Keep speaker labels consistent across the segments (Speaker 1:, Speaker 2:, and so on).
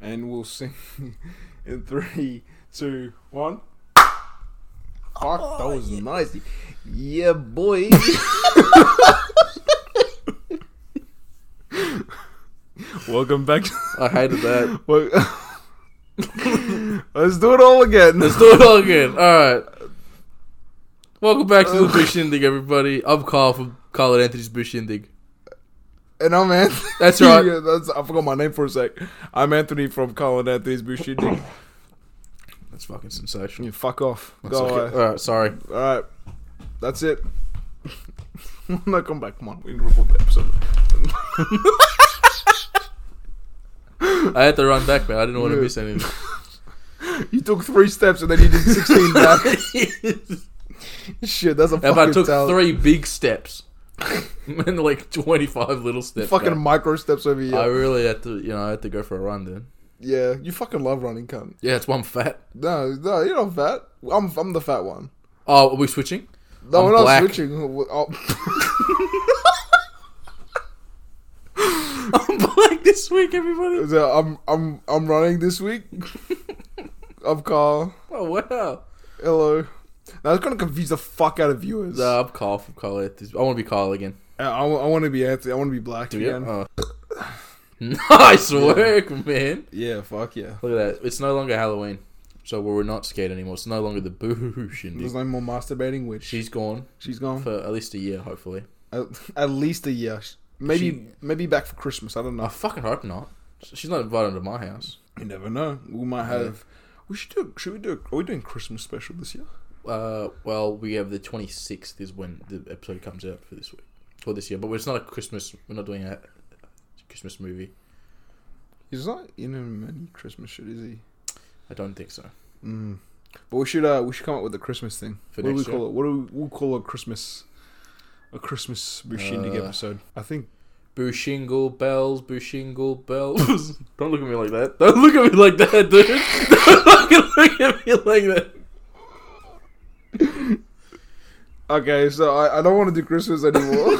Speaker 1: and we'll sing in three, two, one. Fuck, that was nice. Yeah, boy.
Speaker 2: Welcome back.
Speaker 1: I hated that.
Speaker 2: Wel- Let's do it all again.
Speaker 3: Let's do it all again. All right. Welcome back to the Bush Shindig, everybody. I'm Carl from Carl and Anthony's Bush Shindig.
Speaker 2: And I'm Ant-
Speaker 3: That's right.
Speaker 2: Yeah, that's, I forgot my name for a sec. I'm Anthony from Colin Anthony's Bushidi.
Speaker 3: That's fucking sensational.
Speaker 2: you fuck off.
Speaker 3: That's
Speaker 2: Go
Speaker 3: okay.
Speaker 2: away.
Speaker 3: All right, sorry.
Speaker 2: All right. That's it. no, come back. Come on. We need to record the episode.
Speaker 3: I had to run back, man. I didn't want to
Speaker 2: Yeah.
Speaker 3: miss anything.
Speaker 2: You took three steps and then you did 16 back. Shit, that's a
Speaker 3: if
Speaker 2: fucking
Speaker 3: I took
Speaker 2: talent.
Speaker 3: three big steps and like 25 little steps,
Speaker 2: fucking
Speaker 3: back,
Speaker 2: micro steps over here.
Speaker 3: I really had to, you know, I had to go for a run, dude.
Speaker 2: yeah, you fucking love running, cunt.
Speaker 3: Yeah, it's one fat.
Speaker 2: No, no, you're not fat. I'm, I'm the fat one.
Speaker 3: Oh, are we switching?
Speaker 2: No,
Speaker 3: I'm
Speaker 2: we're not
Speaker 3: black.
Speaker 2: switching. Oh,
Speaker 3: I'm black this week, everybody.
Speaker 2: so I'm, I'm, I'm running this week. I'm Carl.
Speaker 3: Oh wow.
Speaker 2: Hello. That's gonna confuse the fuck out of viewers.
Speaker 3: Nah, I'm Carl from Carl Anthony's. I want to be Carl again.
Speaker 2: I, want to be Anthony. I want to be black
Speaker 3: Do
Speaker 2: again.
Speaker 3: you? Oh. nice work, man.
Speaker 2: Yeah, fuck yeah.
Speaker 3: Look at that. It's no longer Halloween. So we're not scared anymore. It's no longer the boohoo shindig.
Speaker 2: There's no more masturbating, which
Speaker 3: She's gone
Speaker 2: she's gone
Speaker 3: for at least a year, hopefully.
Speaker 2: at, at least a year. Maybe,
Speaker 3: She-
Speaker 2: maybe back for Christmas. I don't
Speaker 3: I
Speaker 2: know.
Speaker 3: fucking hope not. She's not invited to my house.
Speaker 2: You never know. We might
Speaker 3: Yeah.
Speaker 2: have. We should do. Should we do? Are we doing Christmas special this year?
Speaker 3: Uh, well, we have the 26th is when the episode comes out for this week. For this year. But it's not a Christmas. We're not doing a Christmas movie.
Speaker 2: He's not in many Christmas shit, is he?
Speaker 3: I don't think so.
Speaker 2: Mm. But we should. Uh, we should come up with a Christmas thing.
Speaker 3: For
Speaker 2: what do we
Speaker 3: next year?
Speaker 2: call it? What do we we'll call a Christmas? A Christmas Bushindig
Speaker 3: Uh,
Speaker 2: episode. I think.
Speaker 3: Booshingle bells, booshingle bells. don't look at me like that. Don't look at me like that, dude. Don't fucking look at me like that.
Speaker 2: Okay, so I, I don't want to do Christmas anymore.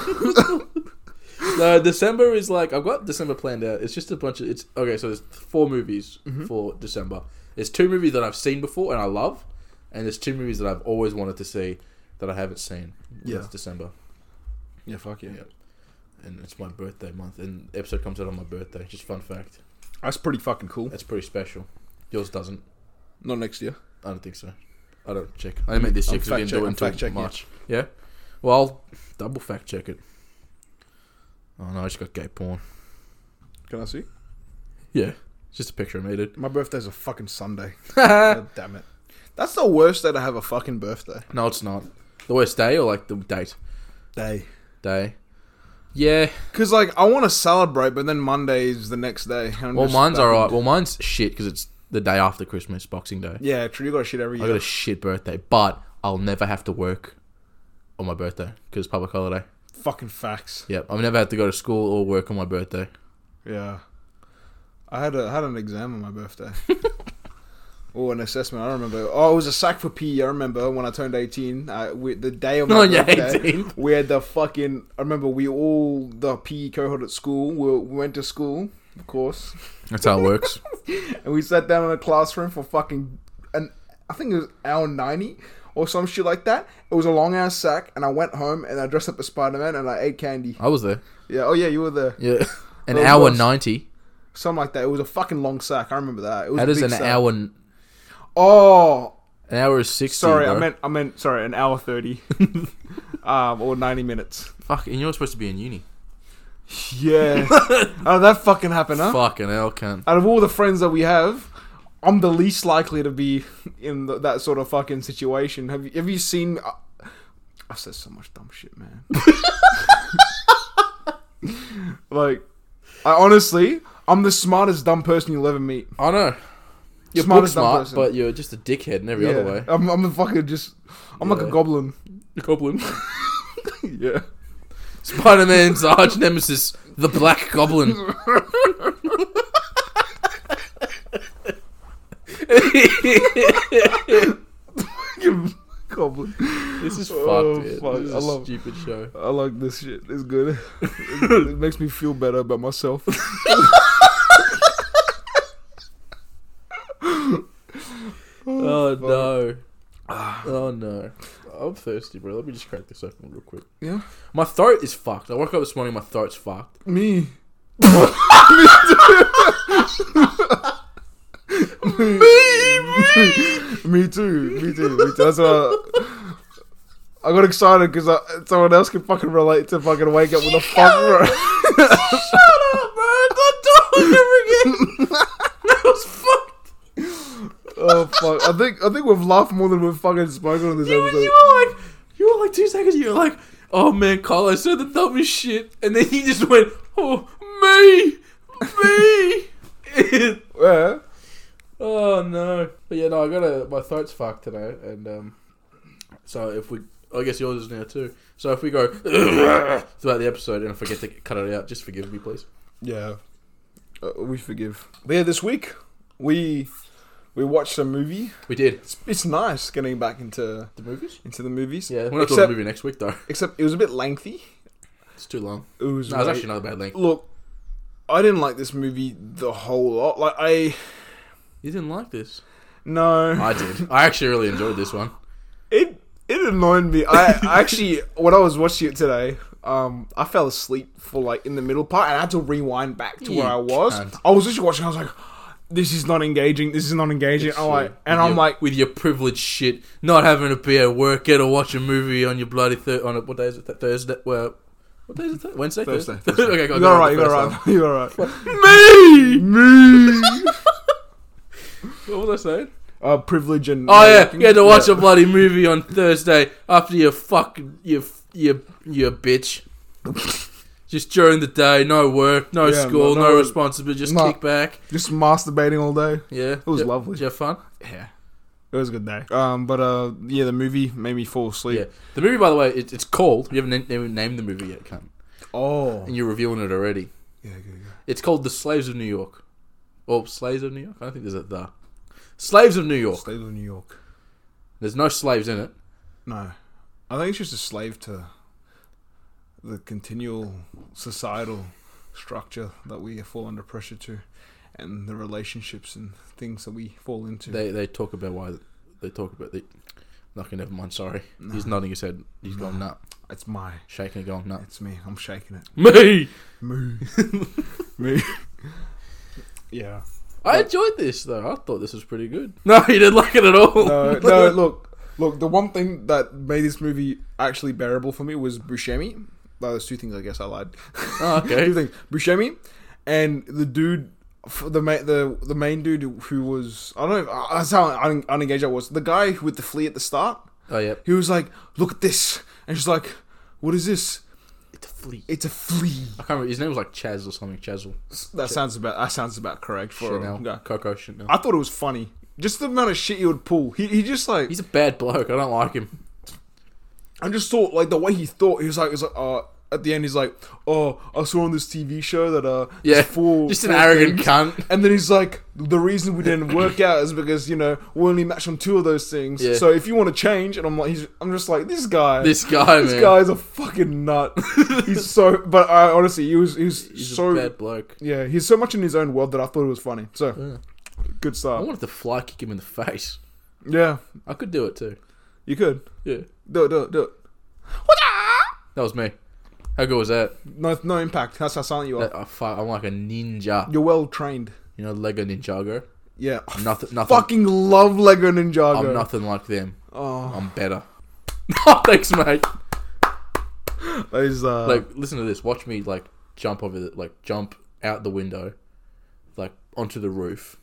Speaker 3: No, December is like I've got December planned out. It's just a bunch of it's okay. So there's four movies for December. There's two movies that I've seen before and I love, and there's two movies that I've always wanted to see that I haven't seen.
Speaker 2: Yeah.
Speaker 3: That's December,
Speaker 2: yeah, fuck yeah.
Speaker 3: Yeah. and it's my birthday month. And the episode comes out on my birthday. Just fun fact.
Speaker 2: That's pretty fucking cool.
Speaker 3: That's pretty special. Yours doesn't.
Speaker 2: Not next year.
Speaker 3: I don't think so. I don't check. I meant this
Speaker 2: I'm
Speaker 3: year 'cause we
Speaker 2: fact
Speaker 3: didn't do
Speaker 2: check-
Speaker 3: it
Speaker 2: I'm
Speaker 3: until
Speaker 2: fact checking it.
Speaker 3: March. Yeah. Well, I'll double fact check it. Oh no, I just got gay porn.
Speaker 2: Can I see?
Speaker 3: Yeah, it's just a picture I made it.
Speaker 2: My birthday's a fucking Sunday. God damn it. That's the worst day to have a fucking birthday.
Speaker 3: No, it's not. The worst day or like the date?
Speaker 2: Day.
Speaker 3: Day. Yeah.
Speaker 2: Because, like, I want to celebrate, but then Monday is the next day. and I'm
Speaker 3: Well,
Speaker 2: just
Speaker 3: mine's
Speaker 2: fucking-
Speaker 3: alright. Well, mine's shit because it's the day after Christmas, Boxing Day.
Speaker 2: Yeah, true. You got shit every
Speaker 3: I got
Speaker 2: year.
Speaker 3: a shit birthday, but I'll never have to work on my birthday because it's public holiday.
Speaker 2: Fucking facts.
Speaker 3: Yep. I've never had to go to school or work on my birthday.
Speaker 2: Yeah. I had a I had an exam on my birthday. or an assessment. I don't remember. Oh, it was a sack for PE. I remember when I turned 18. I, we, the day of my
Speaker 3: On your
Speaker 2: birthday.
Speaker 3: 18th.
Speaker 2: We had the fucking. I remember we all the PE cohort at school. We we went to school, of course,
Speaker 3: That's how it works.
Speaker 2: and we sat down in a classroom for fucking an. I think it was hour ninety or some shit like that. It was a long ass sack, and I went home and I dressed up as Spider Man and I ate candy.
Speaker 3: I was there.
Speaker 2: Yeah. Oh yeah, you were there.
Speaker 3: Yeah. An
Speaker 2: Well, it
Speaker 3: hour
Speaker 2: was.
Speaker 3: ninety.
Speaker 2: Something like that. It was a fucking long sack. I remember that. It was
Speaker 3: That
Speaker 2: a
Speaker 3: is
Speaker 2: big
Speaker 3: an
Speaker 2: sack.
Speaker 3: hour. An
Speaker 2: Oh,
Speaker 3: hour is sixty.
Speaker 2: sorry.
Speaker 3: bro.
Speaker 2: I meant. I meant. Sorry, an hour thirty, um, or ninety minutes.
Speaker 3: Fuck. And you're supposed to be in uni.
Speaker 2: Yeah. oh, that fucking happened, huh?
Speaker 3: Fucking hell, cunt.
Speaker 2: out of all the friends that we have, I'm the least likely to be in th that sort of fucking situation. Have you have you seen? I, I said so much dumb shit, man. like, I honestly, I'm the smartest dumb person you'll ever meet.
Speaker 3: I know. You're
Speaker 2: Smart
Speaker 3: book
Speaker 2: as dumb
Speaker 3: smart,
Speaker 2: person.
Speaker 3: but you're just a dickhead in every other way.
Speaker 2: I'm I'm a fucking just. I'm like a
Speaker 3: Yeah.
Speaker 2: goblin.
Speaker 3: Goblin.
Speaker 2: yeah.
Speaker 3: Spider Man's arch nemesis, the Black Goblin.
Speaker 2: Oh, goblin.
Speaker 3: this is fucked,
Speaker 2: Oh,
Speaker 3: dude.
Speaker 2: fuck,
Speaker 3: This is
Speaker 2: I
Speaker 3: a
Speaker 2: love-
Speaker 3: stupid show.
Speaker 2: I like this shit. It's good. it, it makes me feel better about myself.
Speaker 3: Oh no. Oh no. I'm thirsty, bro. Let me just crack this open real quick.
Speaker 2: Yeah.
Speaker 3: My throat is fucked. I woke up this morning, my throat's fucked.
Speaker 2: Me. me too. Me too. Me too. That's why I, I got excited because someone else can fucking relate to fucking wake up with a fuck.
Speaker 3: Shut up, bro. Don't do it ever again. that was fucked.
Speaker 2: oh fuck! I think I think we've laughed more than we've fucking spoken on this
Speaker 3: You,
Speaker 2: episode.
Speaker 3: you were like, you were like two seconds. You were like, oh man, Carl, I said the dumbest shit, and then he just went, oh me, me.
Speaker 2: Yeah.
Speaker 3: Oh no! But yeah, no, I got a my throat's fucked today, and um, so if we, I guess yours is now too. So if we go throughout the episode and I forget to cut it out, just forgive me, please.
Speaker 2: Yeah. Uh, we forgive. But yeah, this week we we watched a movie.
Speaker 3: We did
Speaker 2: It's, it's nice getting back into
Speaker 3: the movies.
Speaker 2: into the movies.
Speaker 3: Yeah, we're not doing a
Speaker 2: Except,
Speaker 3: movie next week though.
Speaker 2: except it was a bit lengthy.
Speaker 3: It's too long.
Speaker 2: It was,
Speaker 3: No, it's
Speaker 2: way-
Speaker 3: actually not a bad length.
Speaker 2: look. I didn't like this movie the whole lot. Like I
Speaker 3: You didn't like this.
Speaker 2: no.
Speaker 3: I did. I actually really enjoyed this one.
Speaker 2: It it annoyed me. I, I actually when I was watching it today. Um, I fell asleep for like in the middle part, and I had to rewind back to
Speaker 3: You
Speaker 2: where I was.
Speaker 3: can't.
Speaker 2: I was just watching. I was like, "This is not engaging. This is not engaging." I'm like,
Speaker 3: With
Speaker 2: and I'm
Speaker 3: your-
Speaker 2: like,
Speaker 3: with your privileged shit, not having to be at work, get to watch a movie on your bloody thir- on a, what day is it? Th- Thursday. Well, what day is it? Th- Wednesday.
Speaker 2: Thursday,
Speaker 3: okay, go,
Speaker 2: "You
Speaker 3: go
Speaker 2: got
Speaker 3: on,
Speaker 2: right. You
Speaker 3: the first
Speaker 2: got
Speaker 3: one.
Speaker 2: right. You got right."
Speaker 3: Me.
Speaker 2: Me,
Speaker 3: What was I saying?
Speaker 2: uh, privilege and
Speaker 3: Oh yeah, you had to watch a bloody movie on Thursday after you fucking you you you bitch. just during the day, no work, no
Speaker 2: Yeah,
Speaker 3: school,
Speaker 2: no-
Speaker 3: no,
Speaker 2: no work.
Speaker 3: responsibility, just
Speaker 2: No.
Speaker 3: kick back.
Speaker 2: just masturbating all day.
Speaker 3: Yeah, it
Speaker 2: was lovely.
Speaker 3: Did you have fun?
Speaker 2: Yeah, it was a good day. Um, but uh, yeah, the movie made me fall asleep.
Speaker 3: Yeah. The movie, by the way, it, it's called. You haven't na- even named the movie yet, cunt.
Speaker 2: Oh,
Speaker 3: And you're revealing it already.
Speaker 2: yeah, good, good.
Speaker 3: It's called The Slaves of New York. Or Slaves of New York? I don't think there's a the. Slaves of New York.
Speaker 2: Slave of New York.
Speaker 3: There's no slaves in it.
Speaker 2: No, I think it's just a slave to the continual societal structure that we fall under pressure to, and the relationships and things that we fall into.
Speaker 3: They they talk about why they talk about the. Okay, never mind. Sorry. He's nodding his head. He's gone nut.
Speaker 2: it's my,
Speaker 3: Shaking and going nuts.
Speaker 2: it's me. I'm shaking it.
Speaker 3: Me.
Speaker 2: Moo, moo. yeah.
Speaker 3: I enjoyed this though. I thought this was pretty good. No, you didn't like it at all.
Speaker 2: No, no. Look, look. The one thing that made this movie actually bearable for me was Buscemi. No, there's two things. I guess I lied.
Speaker 3: Oh,
Speaker 2: two
Speaker 3: okay.
Speaker 2: things: Buscemi and the dude, f- the ma- the the main dude who was I don't know. uh, That's how un- unengaged I was. The guy with the flea at the start.
Speaker 3: Oh yeah.
Speaker 2: He was like, "Look at this," and she's like, "What is this?
Speaker 3: It's a flea.
Speaker 2: It's a flea."
Speaker 3: I can't remember. His name was like Chaz or something. Chazzel.
Speaker 2: That sounds about that sounds about correct for a
Speaker 3: Chanel.
Speaker 2: guy.
Speaker 3: Coco Chanel.
Speaker 2: I thought it was funny. Just the amount of shit he would pull. He, he just like
Speaker 3: He's a bad bloke. I don't like him.
Speaker 2: I just thought like the way he thought he was like, he was like uh, at the end he's like, oh, I saw on this TV show that uh,
Speaker 3: Yeah.
Speaker 2: it's full-
Speaker 3: Just an
Speaker 2: full
Speaker 3: arrogant
Speaker 2: things."
Speaker 3: cunt.
Speaker 2: And then he's like, the reason we didn't work out is because you know we only matched on two of those things.
Speaker 3: Yeah.
Speaker 2: So if you want to change, and I'm like, he's, I'm just like this guy.
Speaker 3: This guy,
Speaker 2: this
Speaker 3: man.
Speaker 2: guy's a fucking nut. he's so, but I honestly, he was, he was
Speaker 3: He's
Speaker 2: so,
Speaker 3: a bad bloke.
Speaker 2: yeah, he's so much in his own world that I thought it was funny. So
Speaker 3: Yeah.
Speaker 2: good
Speaker 3: I
Speaker 2: start.
Speaker 3: wanted to fly kick him in the face.
Speaker 2: Yeah,
Speaker 3: I could do it too.
Speaker 2: you could
Speaker 3: Yeah.
Speaker 2: do it, do it, do it.
Speaker 3: That was me. How good was that?
Speaker 2: No, no impact. That's how silent you are.
Speaker 3: that I fi- I'm like a ninja.
Speaker 2: You're well trained.
Speaker 3: You know, Lego Ninjago.
Speaker 2: Yeah.
Speaker 3: Nothing. Nothing.
Speaker 2: fucking love Lego Ninjago.
Speaker 3: I'm nothing like them.
Speaker 2: Oh,
Speaker 3: I'm better. oh, thanks, mate.
Speaker 2: that is uh,
Speaker 3: like listen to this watch me like jump over the like jump out the window like onto the roof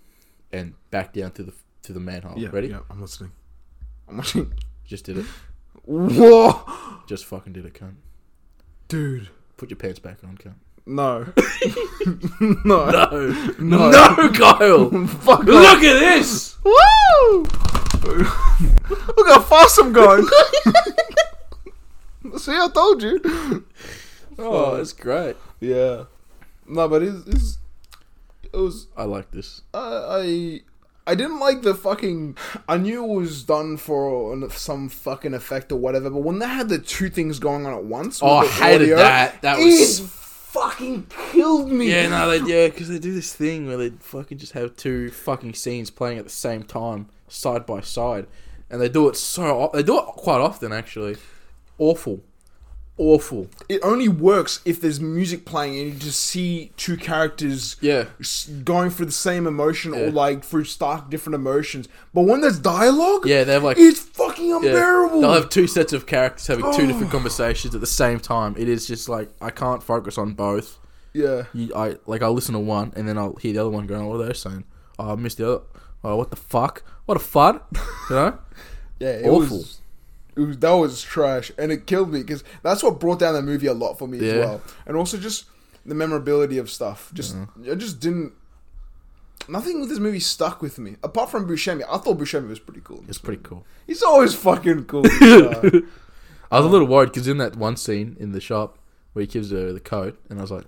Speaker 3: and back down to the to the manhole
Speaker 2: yeah,
Speaker 3: ready
Speaker 2: Yeah, I'm listening. oh, I'm watching.
Speaker 3: just did it
Speaker 2: Whoa,
Speaker 3: just fucking did it cunt
Speaker 2: dude.
Speaker 3: put your pants back on cunt
Speaker 2: No, no,
Speaker 3: no
Speaker 2: No.
Speaker 3: no Kyle
Speaker 2: fuck. Look,
Speaker 3: look at this
Speaker 2: woo! Look how fast I'm going. See, I told you.
Speaker 3: oh that's great
Speaker 2: Yeah, no, but it's, it's it was
Speaker 3: I like this
Speaker 2: I I I didn't like the fucking. I knew it was done for an- some fucking effect or whatever, but when they had the two things going on at once,
Speaker 3: oh I
Speaker 2: with the
Speaker 3: hated
Speaker 2: audio,
Speaker 3: that that
Speaker 2: it
Speaker 3: was
Speaker 1: fucking killed me.
Speaker 3: Yeah, no, they yeah, because they do this thing where they fucking just have two fucking scenes playing at the same time, side by side, and they do it so o- they do it quite often actually. Awful, awful.
Speaker 2: It only works if there's music playing and you just see two characters
Speaker 3: Yeah,
Speaker 2: s- going through the same emotion
Speaker 3: Yeah.
Speaker 2: or like through stark different emotions. But when there's dialogue,
Speaker 3: yeah, they have like
Speaker 2: it's fucking
Speaker 3: yeah,
Speaker 2: unbearable.
Speaker 3: They'll have two sets of characters having two
Speaker 2: Oh.
Speaker 3: different conversations at the same time. It is just like I can't focus on both.
Speaker 2: yeah.
Speaker 3: You, I like I'll listen to one and then I'll hear the other one going, "What are they saying? Oh, I missed the other. Oh, what the fuck? What a fun, you know."
Speaker 2: Yeah, it
Speaker 3: Awful.
Speaker 2: was. It was, that was trash, and it killed me because that's what brought down the movie a lot for me
Speaker 3: Yeah.
Speaker 2: as well, and also just the memorability of stuff. Just
Speaker 3: Mm-hmm.
Speaker 2: I just didn't. Nothing with this movie stuck with me apart from Buscemi. I thought Buscemi was pretty cool.
Speaker 3: It's pretty cool.
Speaker 2: He's always fucking cool. Uh,
Speaker 3: I was a little worried because in that one scene in the shop where he gives her the code, and I was like,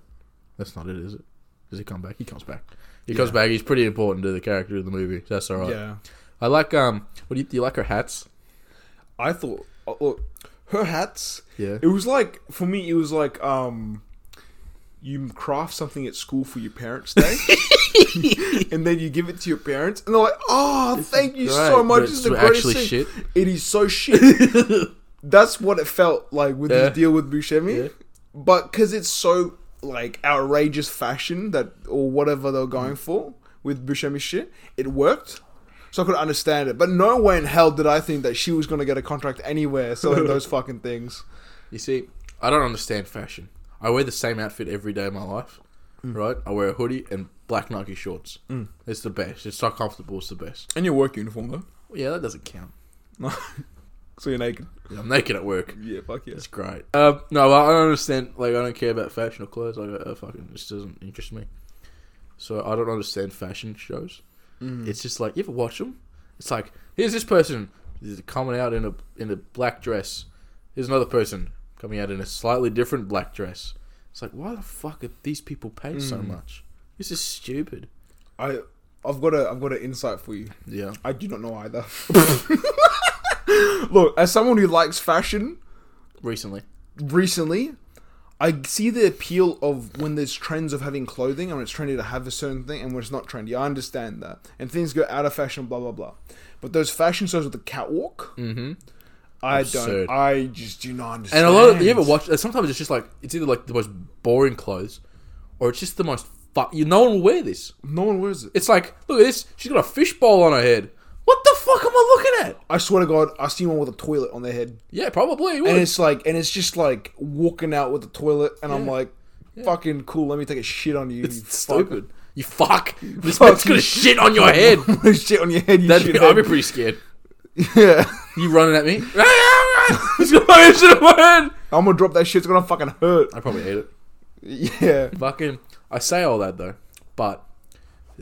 Speaker 3: "That's not it, is it? Does he come back? He comes back. He comes back. He's pretty important to the character of the movie. so That's all right.
Speaker 2: Yeah,
Speaker 3: I like um. What do you, do you like her hats?
Speaker 2: I thought. oh, Look, her hats.
Speaker 3: Yeah.
Speaker 2: It was like for me. It was like um, you craft something at school for your parents' day, and then you give it to your parents, and they're like, "Oh, thank you so
Speaker 3: great,
Speaker 2: much.
Speaker 3: but
Speaker 2: It's the
Speaker 3: it's
Speaker 2: greatest
Speaker 3: actually
Speaker 2: thing."
Speaker 3: shit.
Speaker 2: It is so shit. That's what it felt like with
Speaker 3: Yeah.
Speaker 2: the deal with Buscemi,
Speaker 3: Yeah.
Speaker 2: but because it's so like outrageous fashion that or whatever they're going for with Buscemi shit, it worked. So I could understand it, but no way in hell did I think that she was going to get a contract anywhere selling those fucking things.
Speaker 3: You see, I don't understand fashion. I wear the same outfit every day of my life, right? I wear a hoodie and black Nike shorts. It's the best. It's so comfortable. It's the best.
Speaker 2: And your work uniform though.
Speaker 3: Well, yeah, that doesn't count.
Speaker 2: So you're naked.
Speaker 3: Yeah, I'm naked at work.
Speaker 2: Yeah, fuck yeah.
Speaker 3: It's great. Um, no, I don't understand. Like, I don't care about fashion or clothes. Like, uh, fucking, this doesn't interest me. So I don't understand fashion shows. It's just like you ever watch them. It's like here's this person is coming out in a in a black dress. Here's another person coming out in a slightly different black dress. It's like why the fuck are these people paid so much? This is stupid.
Speaker 2: I I've got a I've got an insight for you.
Speaker 3: Yeah.
Speaker 2: I do not know either. Look, as someone who likes fashion
Speaker 3: Recently.
Speaker 2: recently, I see the appeal of when there's trends of having clothing and when it's trendy to have a certain thing and when it's not trendy. I understand that. And things go out of fashion, blah blah blah. But those fashion shows with the catwalk,
Speaker 3: Mm-hmm.
Speaker 2: I
Speaker 3: Absurd.
Speaker 2: don't I just do not understand.
Speaker 3: And a lot of you ever watch? uh, Sometimes it's just like it's either like the most boring clothes, or it's just the most fuck. You no one will wear this.
Speaker 2: No one wears it.
Speaker 3: It's like look at this. She's got a fishbowl on her head. What the fuck am I looking at?
Speaker 2: I swear to God, I seen one with a toilet on their head.
Speaker 3: Yeah, probably. It would.
Speaker 2: and it's like and it's just like walking out with the toilet and i'm
Speaker 3: Yeah.
Speaker 2: like fucking cool let me take a shit on you
Speaker 3: It's
Speaker 2: you
Speaker 3: stupid. You fuck. This
Speaker 2: Fuck
Speaker 3: man's got
Speaker 2: you.
Speaker 3: a shit on your head.
Speaker 2: fucker." shit on your head you
Speaker 3: That'd be, I'd be
Speaker 2: shithead.
Speaker 3: pretty scared.
Speaker 2: yeah
Speaker 3: You running at me? He's got my shit on my head.
Speaker 2: i'm gonna drop that shit it's gonna fucking hurt
Speaker 3: I probably hate it.
Speaker 2: yeah
Speaker 3: Fucking. I say all that though, but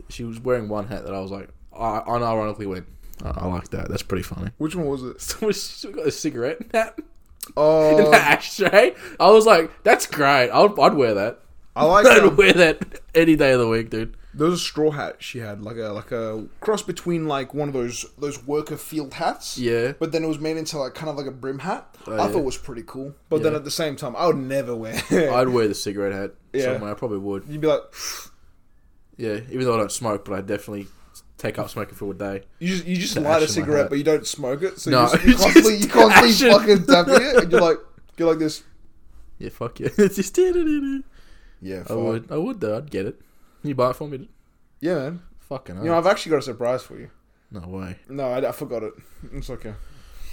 Speaker 3: she was wearing one hat that I was like, I unironically went. I, I like that. That's pretty funny.
Speaker 2: which one was it
Speaker 3: Someone she got a cigarette in that, in that
Speaker 2: oh
Speaker 3: ashtray. I was like, that's great. I'd, I'd wear that.
Speaker 2: i like
Speaker 3: I'd
Speaker 2: um,
Speaker 3: wear that any day of the week, dude.
Speaker 2: there was a straw hat she had like a like a cross between like one of those those worker field hats
Speaker 3: Yeah. Oh,
Speaker 2: but then it was made into like kind of like a brim hat i
Speaker 3: yeah.
Speaker 2: thought it was pretty cool but then
Speaker 3: Yeah.
Speaker 2: at the same time i would never wear
Speaker 3: I'd wear the cigarette hat
Speaker 2: Yeah.
Speaker 3: somewhere. I probably would.
Speaker 2: you'd be like
Speaker 3: Yeah, even though I don't smoke, but I definitely take up smoking for a day.
Speaker 2: You just, you just
Speaker 3: The
Speaker 2: light a
Speaker 3: ash in my
Speaker 2: cigarette,
Speaker 3: hat.
Speaker 2: but you don't smoke it, so you,
Speaker 3: No,
Speaker 2: just, you
Speaker 3: it's
Speaker 2: constantly,
Speaker 3: just
Speaker 2: you constantly
Speaker 3: ash in-
Speaker 2: fucking tapping it, and you're like, you're like this.
Speaker 3: Yeah, fuck yeah. It's just I
Speaker 2: Yeah, fuck.
Speaker 3: would, I would though. I'd get it. You buy it for me? dude?
Speaker 2: yeah, man.
Speaker 3: Fucking
Speaker 2: You know,
Speaker 3: hell.
Speaker 2: I've actually got a surprise for you.
Speaker 3: no way.
Speaker 2: No, I, I forgot it. It's okay.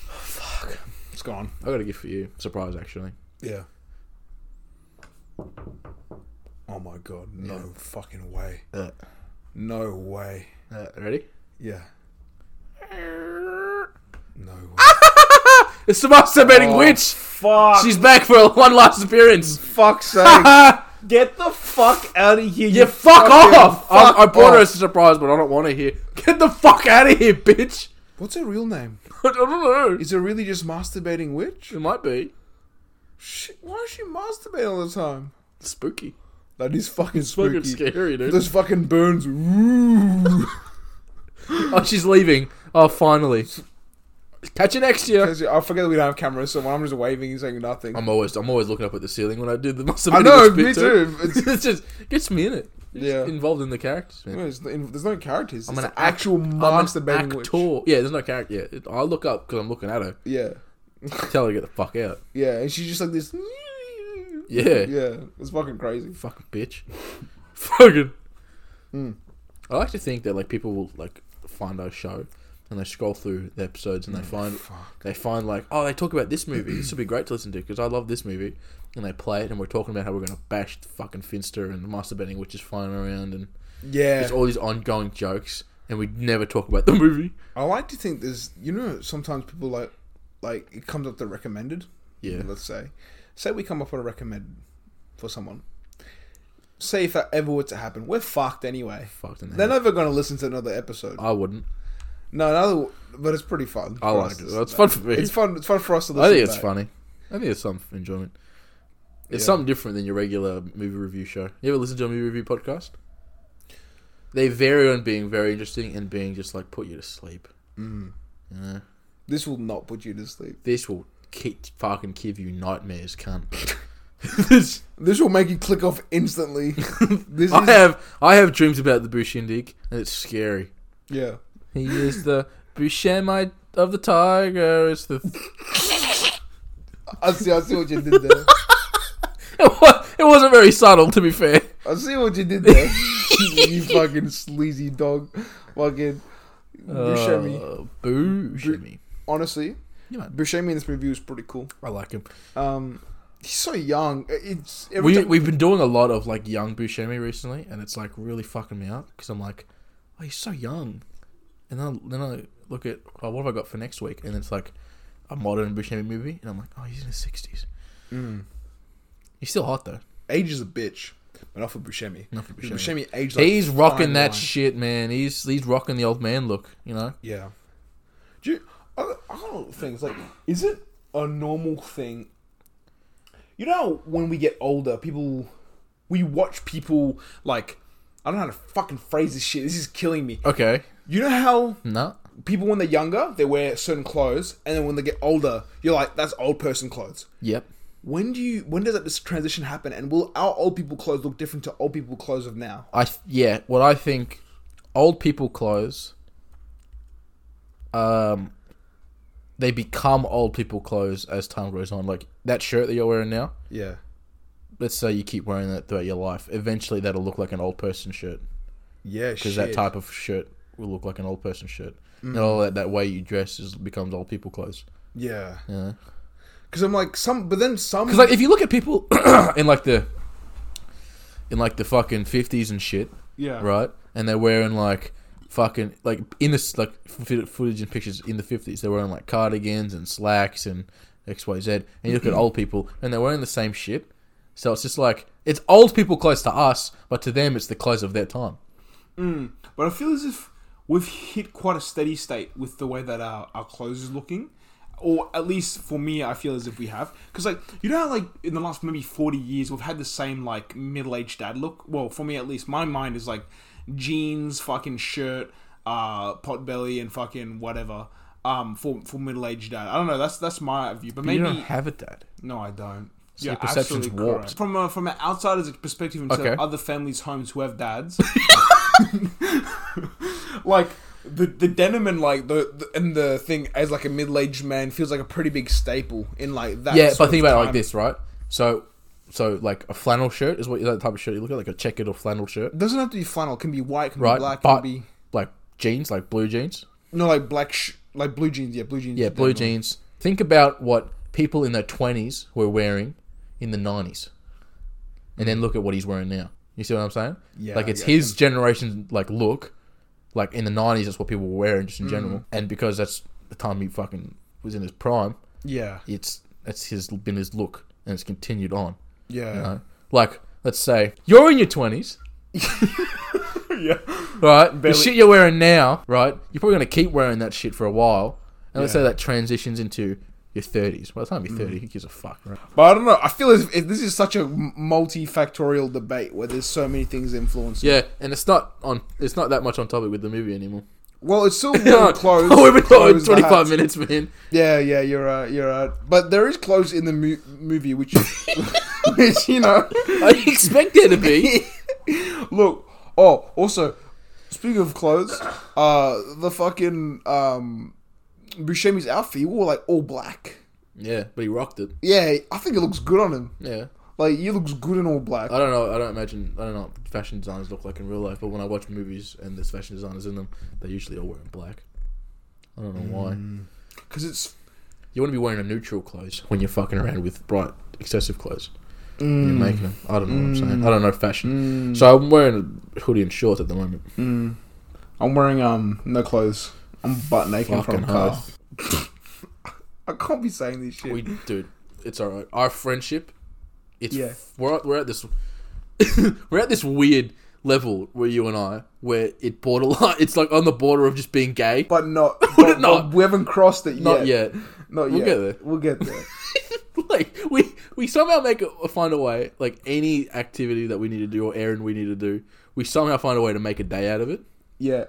Speaker 2: Fuck, it's gone.
Speaker 3: I got a gift for you. Surprise, actually.
Speaker 2: Yeah. Oh my god, no fucking way,
Speaker 3: Uh,
Speaker 2: no way.
Speaker 3: uh, ready?
Speaker 2: Yeah, no way.
Speaker 3: It's the masturbating
Speaker 2: Oh,
Speaker 3: witch.
Speaker 2: Ah, Fuck.
Speaker 3: She's back for a one last appearance.
Speaker 2: fuck's sake.
Speaker 3: Ha!
Speaker 2: Get the fuck out of here.
Speaker 3: Yeah, fuck
Speaker 2: fucking-
Speaker 3: off!
Speaker 2: fuck
Speaker 3: I, I bought
Speaker 2: off.
Speaker 3: her
Speaker 2: Um,
Speaker 3: as a surprise, but I don't want to hear. Get the fuck out of here, bitch!
Speaker 2: What's her real name?
Speaker 3: I don't know.
Speaker 2: Is it really just masturbating witch?
Speaker 3: It might be
Speaker 2: Shit, why is she masturbating all the time?
Speaker 3: spooky.
Speaker 2: That is fucking spooky.
Speaker 3: Fucking scary, dude.
Speaker 2: Those fucking burns. Ooh.
Speaker 3: Oh, she's leaving. Oh, finally. Catch you next year.
Speaker 2: 'Cause I forget that we don't have cameras, so when I'm just waving and saying nothing.
Speaker 3: I'm always I'm always looking up at the ceiling when I do the must
Speaker 2: I know, me too.
Speaker 3: It's,
Speaker 2: It's,
Speaker 3: just gets me in it. It's
Speaker 2: Yeah.
Speaker 3: involved in the characters. Man.
Speaker 2: no, it's not- there's no characters.
Speaker 3: I'm
Speaker 2: It's
Speaker 3: an
Speaker 2: the actual
Speaker 3: I'm
Speaker 2: master
Speaker 3: an
Speaker 2: bedroom
Speaker 3: actor.
Speaker 2: witch.
Speaker 3: Yeah, there's no character. Yeah, it, I look up because I'm looking at her.
Speaker 2: Yeah,
Speaker 3: Tell her to get the fuck out.
Speaker 2: yeah, and she's just like this.
Speaker 3: Yeah,
Speaker 2: Yeah, it's fucking crazy.
Speaker 3: fucking bitch. fucking.
Speaker 2: Mm.
Speaker 3: I like to think that like people will like find our show and they scroll through the episodes and they find they find like oh they talk about this movie. this would be great to listen to because I love this movie. And they play it, and we're talking about how we're gonna bash the fucking Finster and the Master Bending, which is flying around, and
Speaker 2: Yeah,
Speaker 3: There's all these ongoing jokes, and we never talk about the movie.
Speaker 2: I like to think there's you know sometimes people like like it comes up the recommended.
Speaker 3: Yeah.
Speaker 2: Let's say, say we come up with a recommend for someone. Say if that ever were to happen, we're fucked anyway.
Speaker 3: Fucked in the
Speaker 2: They're
Speaker 3: head.
Speaker 2: never going to listen to another episode.
Speaker 3: I wouldn't.
Speaker 2: No, another, but it's pretty fun.
Speaker 3: I
Speaker 2: for
Speaker 3: like
Speaker 2: us
Speaker 3: it.
Speaker 2: to-
Speaker 3: It's fun for me.
Speaker 2: It's fun. It's fun for us to
Speaker 3: I
Speaker 2: listen.
Speaker 3: think it's
Speaker 2: back.
Speaker 3: funny. I think it's some enjoyment. It's
Speaker 2: Yeah.
Speaker 3: something different than your regular movie review show. You ever listen to a movie review podcast? They vary on being very interesting and being just like put you to sleep.
Speaker 2: Mm.
Speaker 3: You know?
Speaker 2: This will not put you to sleep.
Speaker 3: This will keep, fucking give you nightmares, cunt. this,
Speaker 2: This will make you click off instantly. this
Speaker 3: I
Speaker 2: is
Speaker 3: have I have dreams about the Bushindig, and it's scary.
Speaker 2: yeah.
Speaker 3: He is the Bushamite of the tiger. It's the
Speaker 2: I see. I see what you did there.
Speaker 3: it, wa- it wasn't very subtle, to be fair.
Speaker 2: I see what you did there. you fucking sleazy dog. Fucking Buscemi.
Speaker 3: Uh, Buscemi.
Speaker 2: Honestly,
Speaker 3: Yeah, man.
Speaker 2: Buscemi in this movie was pretty cool.
Speaker 3: I like him.
Speaker 2: Um, he's so young. It's every
Speaker 3: We,
Speaker 2: time-
Speaker 3: we've been doing a lot of like young Buscemi recently, and it's like really fucking me up because I'm like, oh, he's so young. And then I, then I look at, oh, what have I got for next week? And it's like a modern Buscemi movie, and I'm like, oh, he's in his 60s.
Speaker 2: Mm.
Speaker 3: He's still hot though.
Speaker 2: age is a bitch, but not for Buscemi.
Speaker 3: Not for Buscemi.
Speaker 2: Buscemi aged like
Speaker 3: he's rocking
Speaker 2: fine
Speaker 3: that
Speaker 2: wine.
Speaker 3: shit, man. He's he's rocking the old man look, you know.
Speaker 2: Yeah. Do you, I, I got a little thing. It's like, is it a normal thing? You know, how when we get older, people, we watch people like, I don't know how to fucking phrase this shit. This is killing me.
Speaker 3: Okay,
Speaker 2: You know how
Speaker 3: no,
Speaker 2: people when they're younger they wear certain clothes, and then when they get older, you're like, that's old person clothes.
Speaker 3: yep.
Speaker 2: When do you? When does that this transition happen? And will our old people clothes look different to old people clothes of now?
Speaker 3: I th- yeah, what I think old people clothes um they become old people clothes as time goes on. Like that shirt that you're wearing now,
Speaker 2: Yeah.
Speaker 3: let's say you keep wearing that throughout your life, eventually that'll look like an old person shirt
Speaker 2: Yeah.
Speaker 3: because that type of shirt will look like an old person shirt. And all that, that way you dress is becomes old people clothes.
Speaker 2: Yeah.
Speaker 3: Yeah.
Speaker 2: Because I'm like some, but then some.
Speaker 3: Because like if you look at people in like the in like the fucking fifties and shit,
Speaker 2: yeah.
Speaker 3: right? And they're wearing like fucking like in this like f- footage and pictures in the fifties. They're wearing like cardigans and slacks and X Y Z. And you look at old people and they're wearing the same shit. So it's just like it's old people close to us, but to them it's the clothes of their time.
Speaker 2: Mm, but I feel as if we've hit quite a steady state with the way that our, our clothes is looking. Or at least for me, I feel as if we have. Because, like, you know how, like, in the last maybe 40 years, we've had the same, like, middle aged dad look? Well, for me at least, my mind is, like, jeans, fucking shirt, uh, pot belly, and fucking whatever. Um, for for middle aged dad, I don't know. That's that's my view, but maybe
Speaker 3: you don't have it, Dad.
Speaker 2: no, I don't.
Speaker 3: So your perception's
Speaker 2: absolutely
Speaker 3: warped.
Speaker 2: correct. From a, from an outsider's perspective into
Speaker 3: Okay.
Speaker 2: other families' homes who have dads, like the the denim and like the, the and the thing as like a middle aged man feels like a pretty big staple in like that.
Speaker 3: yeah,
Speaker 2: sort
Speaker 3: but think
Speaker 2: of
Speaker 3: about it like
Speaker 2: time.
Speaker 3: this, right? So, so like a flannel shirt is what is that type of shirt you look at, like a checkered or flannel shirt,
Speaker 2: It doesn't have to be flannel. It can be white. It can
Speaker 3: right?
Speaker 2: be black. It
Speaker 3: but
Speaker 2: can be
Speaker 3: like jeans, like blue jeans.
Speaker 2: no like black sh- like blue jeans. Yeah, blue jeans.
Speaker 3: Yeah,
Speaker 2: is
Speaker 3: blue
Speaker 2: denim.
Speaker 3: jeans. Think about what people in their twenties were wearing in the nineties, and then look at what he's wearing now. You see what I'm saying?
Speaker 2: Mm. Yeah,
Speaker 3: Like
Speaker 2: I
Speaker 3: it's
Speaker 2: get
Speaker 3: his generation like look. Like in the nineties, that's what people were wearing just in
Speaker 2: Mm.
Speaker 3: general, and because that's the time he fucking was in his prime,
Speaker 2: Yeah,
Speaker 3: it's that's his been his look, and it's continued on.
Speaker 2: yeah,
Speaker 3: You know? Like let's say you're in your twenties,
Speaker 2: yeah,
Speaker 3: right?
Speaker 2: Barely-
Speaker 3: The shit you're wearing now, right? You're probably gonna keep wearing that shit for a while, and let's
Speaker 2: Yeah. Mm.
Speaker 3: say that transitions into your 30s. By the time you're 30, who gives a fuck, right?
Speaker 2: But I don't know. I feel as if this is such a m- multifactorial debate where there's so many things influencing.
Speaker 3: Yeah, and it's not on. It's not that much on topic with the movie anymore.
Speaker 2: Well, it's still wearing clothes.
Speaker 3: oh, we've been talking
Speaker 2: clothes that-
Speaker 3: 25 minutes, man.
Speaker 2: Yeah, yeah, you're right. You're right. But there is clothes in the mo- movie, which, which you know,
Speaker 3: I didn't expect there to be.
Speaker 2: Look, oh, also, speaking of clothes, uh, the fucking um, Buscemi's outfit he wore like all black.
Speaker 3: yeah, but he rocked it.
Speaker 2: Yeah, I think it looks good on him.
Speaker 3: Yeah.
Speaker 2: Like he looks good in all black.
Speaker 3: I don't know. I don't imagine. I don't know what fashion designers look like in real life, but when I watch movies and there's fashion designers in them, they usually all wearing black. I don't know why.
Speaker 2: Mm. Because it's
Speaker 3: You want to be wearing a neutral clothes when you're fucking around with bright, excessive clothes. You're
Speaker 2: Mm.
Speaker 3: making them. I don't know what I'm saying. I don't know fashion. So I'm wearing a hoodie and shorts at the moment.
Speaker 2: Mm. I'm wearing um no clothes. I'm butt naked in
Speaker 3: Fucking
Speaker 2: front of a car. I can't be saying this shit.
Speaker 3: We, dude, it's all right. Our friendship, it's
Speaker 2: Yeah.
Speaker 3: we're at, we're at this we're at this weird level where you and I, where it borderline, it's like on the border of just being gay.
Speaker 2: but not. But,
Speaker 3: not-
Speaker 2: but we haven't crossed it
Speaker 3: Not
Speaker 2: yet.
Speaker 3: yet.
Speaker 2: Not
Speaker 3: We'll
Speaker 2: yet.
Speaker 3: get there.
Speaker 2: We'll get there.
Speaker 3: like we we somehow make a, find a way like any activity that we need to do or errand we need to do we somehow find a way to make a day out of it
Speaker 2: yeah.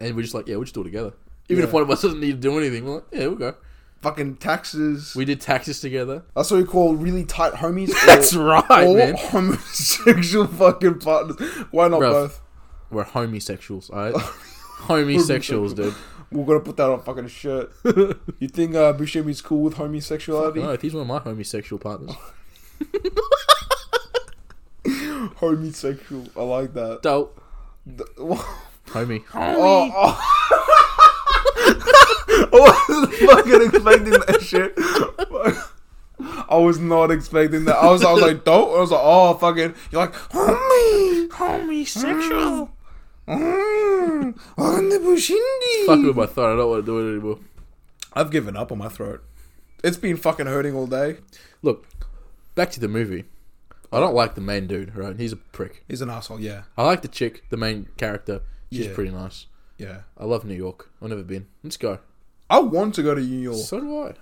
Speaker 3: and we're just like yeah we'll just do it together even if
Speaker 2: Yeah.
Speaker 3: one of us doesn't need to do anything we're like yeah we'll go
Speaker 2: Fucking taxes.
Speaker 3: we did taxes together
Speaker 2: That's what we call really tight homies. or-
Speaker 3: that's right
Speaker 2: or
Speaker 3: man
Speaker 2: homosexual fucking partners. Why not
Speaker 3: Bruv.
Speaker 2: both?
Speaker 3: we're homosexuals alright homosexuals dude
Speaker 2: We're gonna put that on fucking a shirt. you think uh, Buscemi's cool with homosexuality?
Speaker 3: no if he's one of my homosexual partners
Speaker 2: Homosexual, I like that.
Speaker 3: so
Speaker 2: Th- oh,
Speaker 3: homie
Speaker 2: oh. I wasn't fucking expecting that shit. I was not expecting that. I was, I was like, dope. I was like, oh, fucking. You're like, homie,
Speaker 3: homosexual
Speaker 2: mm, on the Bushindi.
Speaker 3: fuck with my throat I don't want to do it anymore
Speaker 2: I've given up on my throat. It's been fucking hurting all day.
Speaker 3: look back to the movie I don't like the main dude right he's a prick
Speaker 2: He's an asshole. Yeah,
Speaker 3: I like the chick, the main character. She's
Speaker 2: Yeah.
Speaker 3: pretty nice.
Speaker 2: yeah.
Speaker 3: I love New York. I've never been. Let's go.
Speaker 2: I want to go to New York.
Speaker 3: So do I.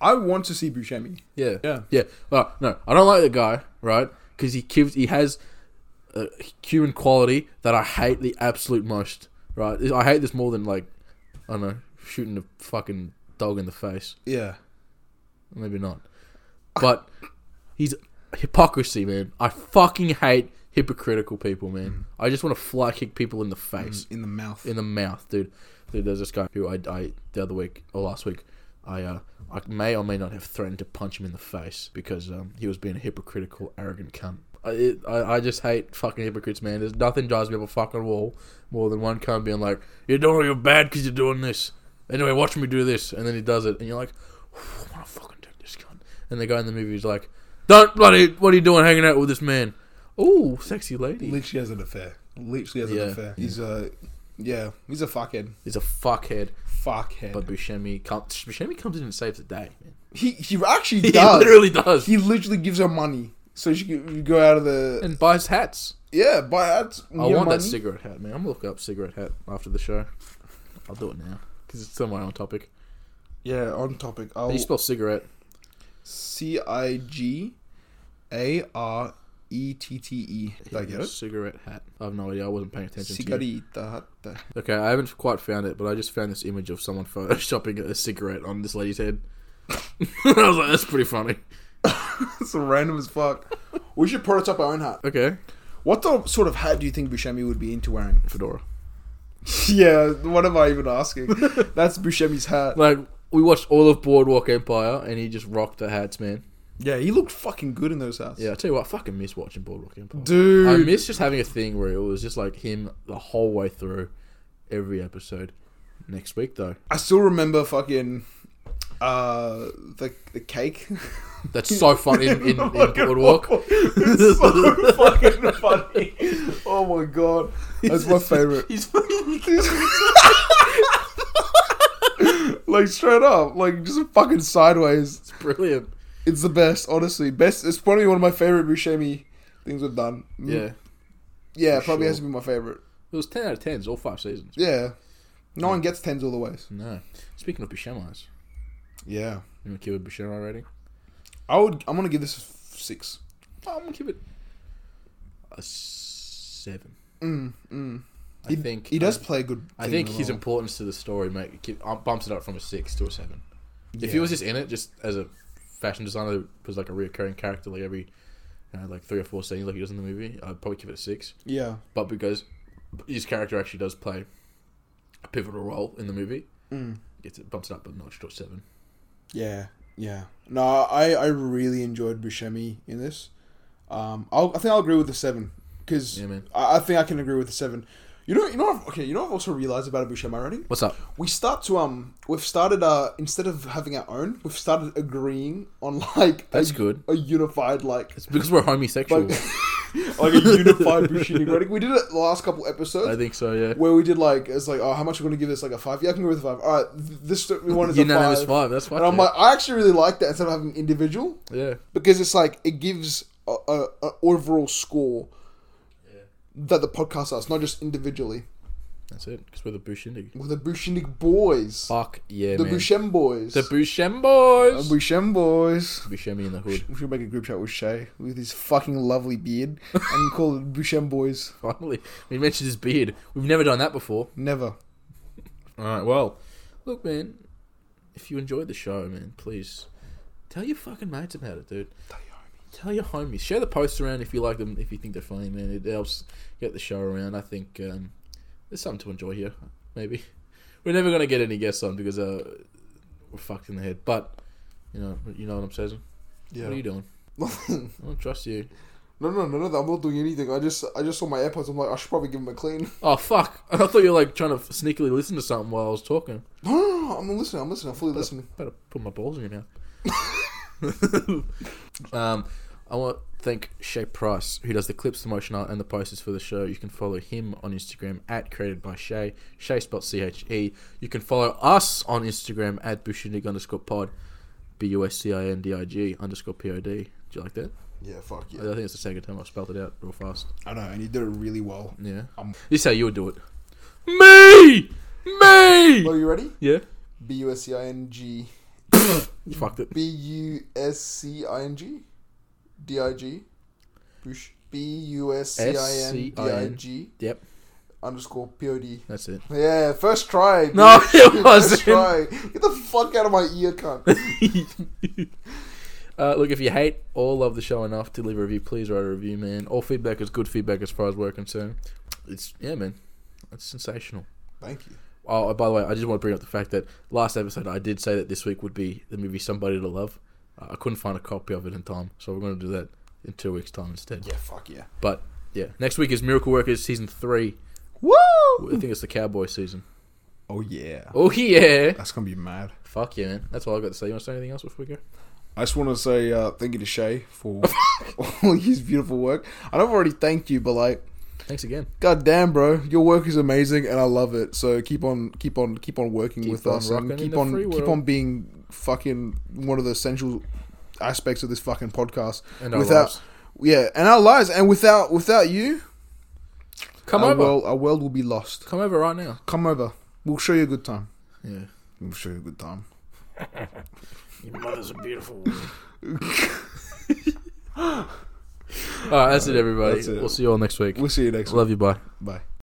Speaker 2: I want to see Buscemi.
Speaker 3: Yeah.
Speaker 2: Yeah.
Speaker 3: Yeah. Well, no, I don't like the guy, right? Because he gives, he has a human quality that I hate the absolute most, right? I hate this more than like, I don't know, shooting a fucking dog in the face.
Speaker 2: Yeah.
Speaker 3: Maybe not. But he's hypocrisy, man. I fucking hate hypocritical people, man. I just want to fly kick people in the face.
Speaker 2: In the mouth.
Speaker 3: in the mouth, dude. Dude, there's this guy who I, I the other week or last week, I uh, I may or may not have threatened to punch him in the face because um, he was being a hypocritical, arrogant cunt. I, it, I I just hate fucking hypocrites, man. There's nothing drives me up a fucking wall more than one cunt being like, "You're doing you're bad because you're doing this." Anyway, watch me do this, and then he does it, and you're like, "I want to fucking do this cunt." And the guy in the movie is like, "Don't bloody what are you doing hanging out with this man?" Ooh, sexy lady.
Speaker 2: Literally has an affair. Literally has
Speaker 3: Yeah.
Speaker 2: an affair. He's a, yeah, he's a fuckhead.
Speaker 3: He's a fuckhead.
Speaker 2: Fuckhead.
Speaker 3: But Buscemi comes. Buscemi comes in and saves the day. Man.
Speaker 2: he he actually
Speaker 3: He
Speaker 2: does.
Speaker 3: literally does.
Speaker 2: He literally gives her money so she can go out of the
Speaker 3: and buys hats.
Speaker 2: yeah. Buy that.
Speaker 3: I want that cigarette hat, man. I'm gonna look up cigarette hat after the show. I'll do it now because it's somewhere on topic.
Speaker 2: Yeah, on topic.
Speaker 3: How
Speaker 2: I'll
Speaker 3: you spell cigarette?
Speaker 2: C I G A R E T T E. Did I get it?
Speaker 3: Cigarette hat. I have no idea. I wasn't paying attention. To you.
Speaker 2: Cigarita.
Speaker 3: Okay, I haven't quite found it, but I just found this image of someone photoshopping a cigarette on this lady's head. I was like, that's pretty funny.
Speaker 2: It's random as fuck. we should prototype our own hat.
Speaker 3: Okay,
Speaker 2: What the sort of hat do you think Buscemi would be into wearing?
Speaker 3: fedora.
Speaker 2: yeah, what am I even asking? That's Buscemi's hat.
Speaker 3: Like we watched all of Boardwalk Empire, and he just rocked the hats, man.
Speaker 2: Yeah, he looked fucking good in those hats.
Speaker 3: Yeah, I tell you what, I fucking miss watching Boardwalk Empire.
Speaker 2: Dude.
Speaker 3: I miss just having a thing where it was just like him the whole way through every episode. Next week though,
Speaker 2: I still remember fucking uh the the cake.
Speaker 3: that's so fun in, in, in
Speaker 2: Fucking
Speaker 3: Boardwalk.
Speaker 2: it's so fucking funny. Oh my god. That's my favorite.
Speaker 3: He's
Speaker 2: Like straight up, like just fucking sideways.
Speaker 3: brilliant.
Speaker 2: It's the best, honestly. Best. It's probably one of my favorite Buscemi things we've done. Mm,
Speaker 3: Yeah, it
Speaker 2: yeah.
Speaker 3: for
Speaker 2: Probably has to
Speaker 3: sure.
Speaker 2: be my favorite.
Speaker 3: was ten out of tens all five seasons.
Speaker 2: Yeah. No one gets tens all the ways.
Speaker 3: No, speaking of Buscemi's,
Speaker 2: Yeah.
Speaker 3: you want to give it a Buscemi rating?
Speaker 2: I would. I'm gonna give this a f- six.
Speaker 3: I'm gonna give it a seven.
Speaker 2: Mm, mm.
Speaker 3: I
Speaker 2: He,
Speaker 3: think uh,
Speaker 2: he does
Speaker 3: I,
Speaker 2: play a good.
Speaker 3: I think his importance to the story make ki- um, bumps it up from a six to a seven. If he was just in it, just as a fashion designer, that was like a reoccurring character, like every you know, like three or four scenes, like he does in the movie, I'd probably give it a six.
Speaker 2: yeah,
Speaker 3: But because his character actually does play a pivotal role in the movie,
Speaker 2: Mm.
Speaker 3: gets it bumps it up a notch to a seven.
Speaker 2: yeah, yeah. No, I I really enjoyed Buscemi in this. Um, I'll, I think I'll agree with the seven because
Speaker 3: Yeah, man.
Speaker 2: I, I think I can agree with the seven. You know, you know. I've, okay, you know. what I've also realized about Buscemi already.
Speaker 3: What's up?
Speaker 2: we start to um we've started uh instead of having our own we've started agreeing on like
Speaker 3: That's
Speaker 2: a,
Speaker 3: good.
Speaker 2: a unified like
Speaker 3: It's because we're homosexual.
Speaker 2: Like- like a unified Bushini rating we did it the last couple episodes
Speaker 3: I think so. Yeah.
Speaker 2: where we did like it's like oh how much are we gonna give this like a five yeah I can go with a five alright th- this we wanted is a
Speaker 3: Unanimous
Speaker 2: five,
Speaker 3: five. That's fine.
Speaker 2: and I'm like I actually really like that instead of having individual
Speaker 3: yeah.
Speaker 2: because it's like it gives a, a, a overall score that the podcast does not just individually
Speaker 3: That's it. Because we're the Bushindig.
Speaker 2: with the Bushinik boys
Speaker 3: Fuck yeah,
Speaker 2: the
Speaker 3: man.
Speaker 2: Bushem boys
Speaker 3: the Bushem boys.
Speaker 2: the Bushem boys
Speaker 3: Bushemi in the hood.
Speaker 2: We should make a group chat with Shay with his fucking lovely beard and call it Bushem Boys.
Speaker 3: Finally, we mentioned his beard. We've never done that before.
Speaker 2: Never.
Speaker 3: All right. Well, look, man. If you enjoyed the show, man, please tell your fucking mates about it, dude. Tell your homies. Share the posts around if you like them. If you think they're funny, man, it helps get the show around. I think um, there's something to enjoy here. Maybe we're never gonna get any guests on because uh, we're fucked in the head. But you know, you know what I'm saying. What are you doing?
Speaker 2: Nothing.
Speaker 3: I don't trust you.
Speaker 2: No, no, no, no. I'm not doing anything. I just, I just saw my AirPods. I'm like, I should probably give them a clean.
Speaker 3: Oh fuck! I thought you were like trying to sneakily listen to something while I was talking.
Speaker 2: No, no, no. I'm listening. I'm listening. I'm fully listening.
Speaker 3: Better put my balls in your mouth. um, I want to thank Shay Price, who does the clips, the motion art, and the posters for the show. You can follow him on Instagram at created by Shay, Shay spelled C H E. You can follow us on Instagram at Bushindig underscore pod, B U S C I N D I G underscore P O D. Do you like that?
Speaker 2: Yeah, fuck
Speaker 3: I think it's the second time I've spelled it out real fast.
Speaker 2: I know, and you did it really well.
Speaker 3: Yeah.
Speaker 2: Um,
Speaker 3: This is how you would do it. Me! Me!
Speaker 2: Are you ready?
Speaker 3: Yeah.
Speaker 2: B U S C I N G.
Speaker 3: You fucked it.
Speaker 2: B U S C I N G. D I G. Bush. B U S C I N D I G.
Speaker 3: Yep,
Speaker 2: Underscore P O D.
Speaker 3: that's it.
Speaker 2: Yeah, first try.
Speaker 3: No,
Speaker 2: bitch.
Speaker 3: it
Speaker 2: First
Speaker 3: wasn't.
Speaker 2: try. Get the fuck out of my ear, cunt.
Speaker 3: uh, look, if you hate or love the show enough to leave a review, please write a review, man. All feedback is good feedback as far as we're concerned. It's yeah, man. It's sensational.
Speaker 2: Thank you.
Speaker 3: Oh, by the way, I just want to bring up the fact that last episode I did say that this week would be the movie Somebody to Love. Uh, I couldn't find a copy of it in time, so we're going to do that in two weeks' time instead.
Speaker 2: Yeah, fuck yeah.
Speaker 3: But yeah, next week is Miracle Workers season three.
Speaker 2: Woo!
Speaker 3: I think it's the Cowboy season.
Speaker 2: Oh yeah.
Speaker 3: Oh yeah,
Speaker 2: That's gonna be mad.
Speaker 3: fuck yeah, man. That's all I got to say. You want to say anything else before we go?
Speaker 2: I just want to say uh, thank you to Shay for all his beautiful work. I know I've already thanked you, but like,
Speaker 3: Thanks again.
Speaker 2: god damn, bro, your work is amazing, and I love it. So keep on, keep on, keep on working
Speaker 3: Keep
Speaker 2: with
Speaker 3: on
Speaker 2: us, and
Speaker 3: rocking in
Speaker 2: keep
Speaker 3: the
Speaker 2: on,
Speaker 3: free
Speaker 2: keep
Speaker 3: world.
Speaker 2: on being fucking one of the essential aspects of this fucking podcast.
Speaker 3: And our
Speaker 2: without,
Speaker 3: lives.
Speaker 2: yeah, and our lives, and without, without you,
Speaker 3: Come
Speaker 2: our
Speaker 3: over.
Speaker 2: world, our world will be lost.
Speaker 3: Come over right now.
Speaker 2: Come over, we'll show you a good time.
Speaker 3: Yeah.
Speaker 2: We'll show you a good time.
Speaker 3: Your mother's a beautiful woman. All right, that's it, everybody.
Speaker 2: That's it.
Speaker 3: We'll see you all next week.
Speaker 2: We'll see you next week.
Speaker 3: Love you. Bye.
Speaker 2: Bye.